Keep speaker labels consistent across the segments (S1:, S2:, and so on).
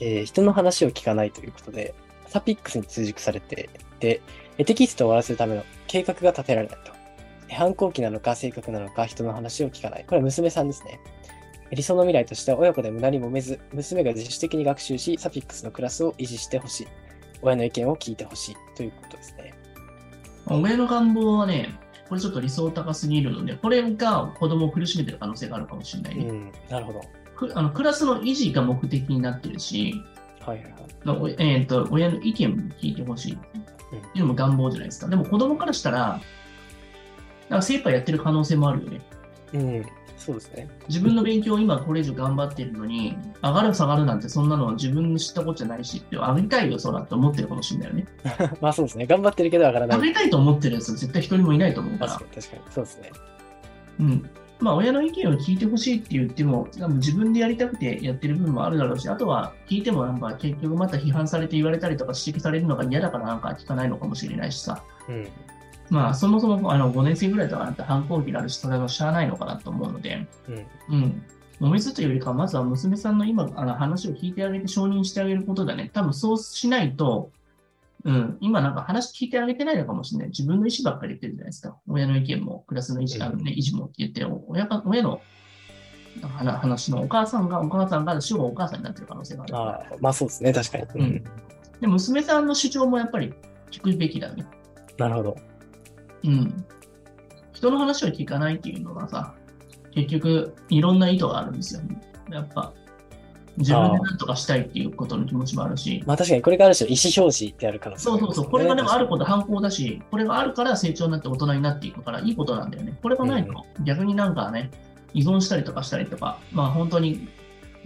S1: えー人の話を聞かないということで、サピックスに通軸されて、で、えテキストを終わらせるための計画が立てられないと。え反抗期なのか、性格なのか、人の話を聞かない。これは娘さんですね。え理想の未来としては親子で無駄に揉めず、娘が自主的に学習し、サピックスのクラスを維持してほしい。親の意見を聞いてほしいということですね。
S2: 親の願望はね、これちょっと理想高すぎるので、これが子供を苦しめてる可能性があるかもしれないうね。
S1: ん、なるほど。
S2: くあのクラスの維持が目的になってるし、
S1: はいはいはい。
S2: まあおえー、と親の意見も聞いてほしいっていうのも願望じゃないですか。でも子供からしたら、なんか精一杯やってる可能性もあるよね。
S1: うん、そうですね。
S2: 自分の勉強を今これ以上頑張ってるのに、上がる下がるなんてそんなの自分の知ったことじゃないしって、上げたいよ、そらって思ってるかもしれないよね。
S1: まあそうですね。頑張ってるけど上がらな
S2: 上
S1: い。
S2: げたいと思ってるやつ絶対一人もいないと思うか
S1: 確
S2: ら
S1: か。に確かに。そうですね。
S2: うん。まあ、親の意見を聞いてほしいって言っても、多分自分でやりたくてやってる部分もあるだろうし、あとは聞いてもなんか結局また批判されて言われたりとか指摘されるのが嫌だからなんか聞かないのかもしれないしさ。
S1: うん。
S2: まあ、そもそもあの5年生ぐらいとかなんて反抗期があるし、それはしゃあないのかなと思うので、
S1: うん。
S2: うん。揉めずというよりかは、まずは娘さんの今、あの話を聞いてあげて承認してあげることだね。多分そうしないと、うん、今なんか話聞いてあげてないのかもしれない。自分の意思ばっかり言ってるじゃないですか。親の意見も、クラスの意思,、あのね、意思もって言って、お親が親のはな話のお母さんが、お母さんが、主語がお母さんになってる可能性があるか
S1: あ
S2: ら。
S1: あ、まあそうですね。確かに。う
S2: うんん。。で、娘さんの主張もやっぱり聞くべきだね。
S1: なるほど。
S2: うん。人の話を聞かないっていうのはさ、結局、いろんな意図があるんですよ、ね。やっぱ、自分で何とかしたいっていうことの気持ちもあるし、
S1: まあ確かにこれがある種意思表示ってあるから、
S2: そうそうそう、これがでもあること反抗だし、これがあるから成長になって大人になっていくから、いいことなんだよね。これがないと、逆になんかね、依存したりとかしたりとか、まあ本当に、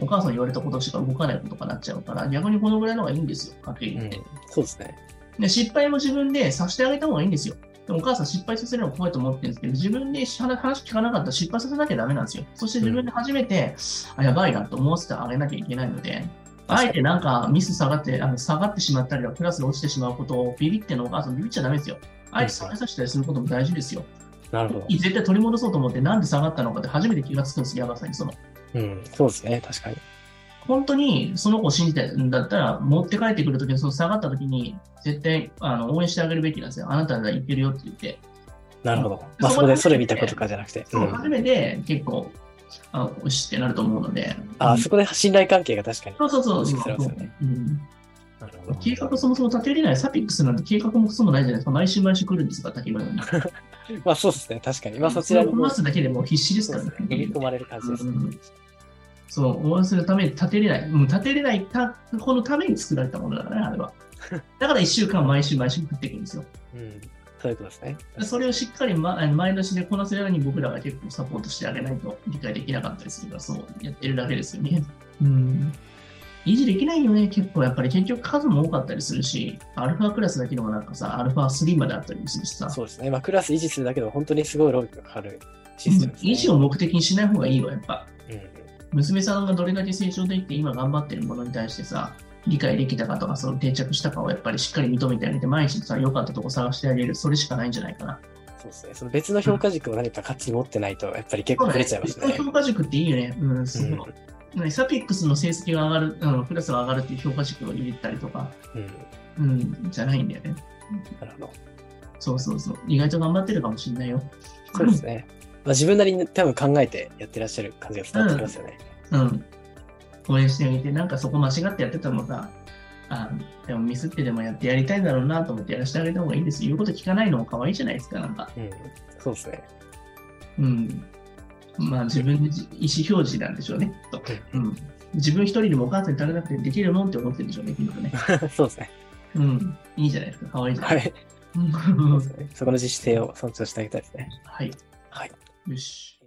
S2: お母さんに言われたことしか動かないことかなっちゃうから、逆にこのぐらいの方がいいんですよ、はっきり
S1: う
S2: 言っ
S1: ん
S2: て。。
S1: そうですね。
S2: で失敗も自分でさせてあげた方がいいんですよ。でもお母さん失敗させるの怖いと思ってるんですけど、自分で話話聞かなかったら失敗させなきゃダメなんですよ。そして自分で初めて、あ、やばいなと思わせてあげなきゃいけないので、あえてなんかミス下がって、あの下がってしまったりとか、クラスで落ちてしまうことをビビってんのお母さんビビっちゃダメですよ。あえて下げさせたりすることも大事ですよ。
S1: なるほど。
S2: 絶対取り戻そうと思って、なんで下がったのかって初めて気がつくんですよ、やばさに。その
S1: うん。そうですね。確かに。
S2: 本当にその子を信じてんだったら、持って帰ってくるときに、その下がったときに、絶対あの応援してあげるべきなんですよ。あなたならいけるよって言って。
S1: なるほど。
S2: そ
S1: まあ
S2: こ
S1: そこ
S2: で
S1: でそれ見たことかじゃなくて。
S2: そううん初めて結構、あのよしってなると思うので。
S1: あ
S2: う
S1: あ、
S2: ん
S1: そこで信頼関係が確かに。
S2: そうそうそう。
S1: 意識
S2: 今
S1: するんですよね
S2: うん
S1: なるほど。
S2: 計画そもそも立てれない、サピックスなんて計画もそもないじゃないですか。毎週毎週来るんですから、滝村に。
S1: まあそうですね。確かに。まあそちらに
S2: こ
S1: も
S2: な。すだけでもう必死です
S1: そ
S2: か
S1: う
S2: ら
S1: で
S2: ね
S1: すね。飲み込まれる感じですね。
S2: うんそう、応援するために立てれない、うん、立てれないた、このために作られたものだからね、あ れは。だから1週間、毎週毎週降っていくんですよ。
S1: うん。そういうことですね。
S2: それをしっかり、ま、あの前出しでこなせるように僕らが結構サポートしてあげないと理解できなかったりするから、そうやってるだけですよね。うん。維持できないよね、結構。やっぱり結局数も多かったりするし、アルファクラスだけでもなんかさ、アルファ3まであったりもするしさ、
S1: そうですね。まあクラス維持するだけでも本当にすごい労力がかかるシステムですね。
S2: 維持を目的にしない方がいいわ、やっぱ。
S1: うん。
S2: 娘さんがどれだけ成長できて今頑張ってるものに対してさ理解できたかとかその定着したかをやっぱりしっかり認めてあげて毎日さ良かったとこ探してあげるそれしかないんじゃないかな
S1: そうですね。その別の評価軸を何か価値持ってないと、やっぱり結構ずれちゃいますね。
S2: 評価軸っていいよねうん
S1: う
S2: そ
S1: ん
S2: の、ねサピックスの成績が上がる、うん、クラスが上がるっていう評価軸を入れたりとか
S1: うん。な
S2: うんじゃないんだよね
S1: るほど。
S2: そうそうそう意外と頑張ってるかもしれないよ
S1: そうですね。まあ、自分なりに多分考えてやってらっしゃる感じが伝わってきますよね。
S2: うん。応援してあげて、なんかそこ間違ってやってたのさ、あでもミスってでもやってやりたいんだろうなと思ってやらせてあげた方がいいです。言うこと聞かないのも可愛いじゃないですか、なんか。
S1: うん。そうですね。
S2: うん。まあ自分でじ意思表示なんでしょうね、きっと。うん。自分一人でもお母さんに足りなくてできるもんって思ってるんでしょうね、きっとね。
S1: そうですね。
S2: うん。いいじゃないですか、可愛いじゃな。
S1: はい い。
S2: うん
S1: そうですねそこの自主性を尊重してあげたいですね。
S2: はい。
S1: はい。
S2: よし。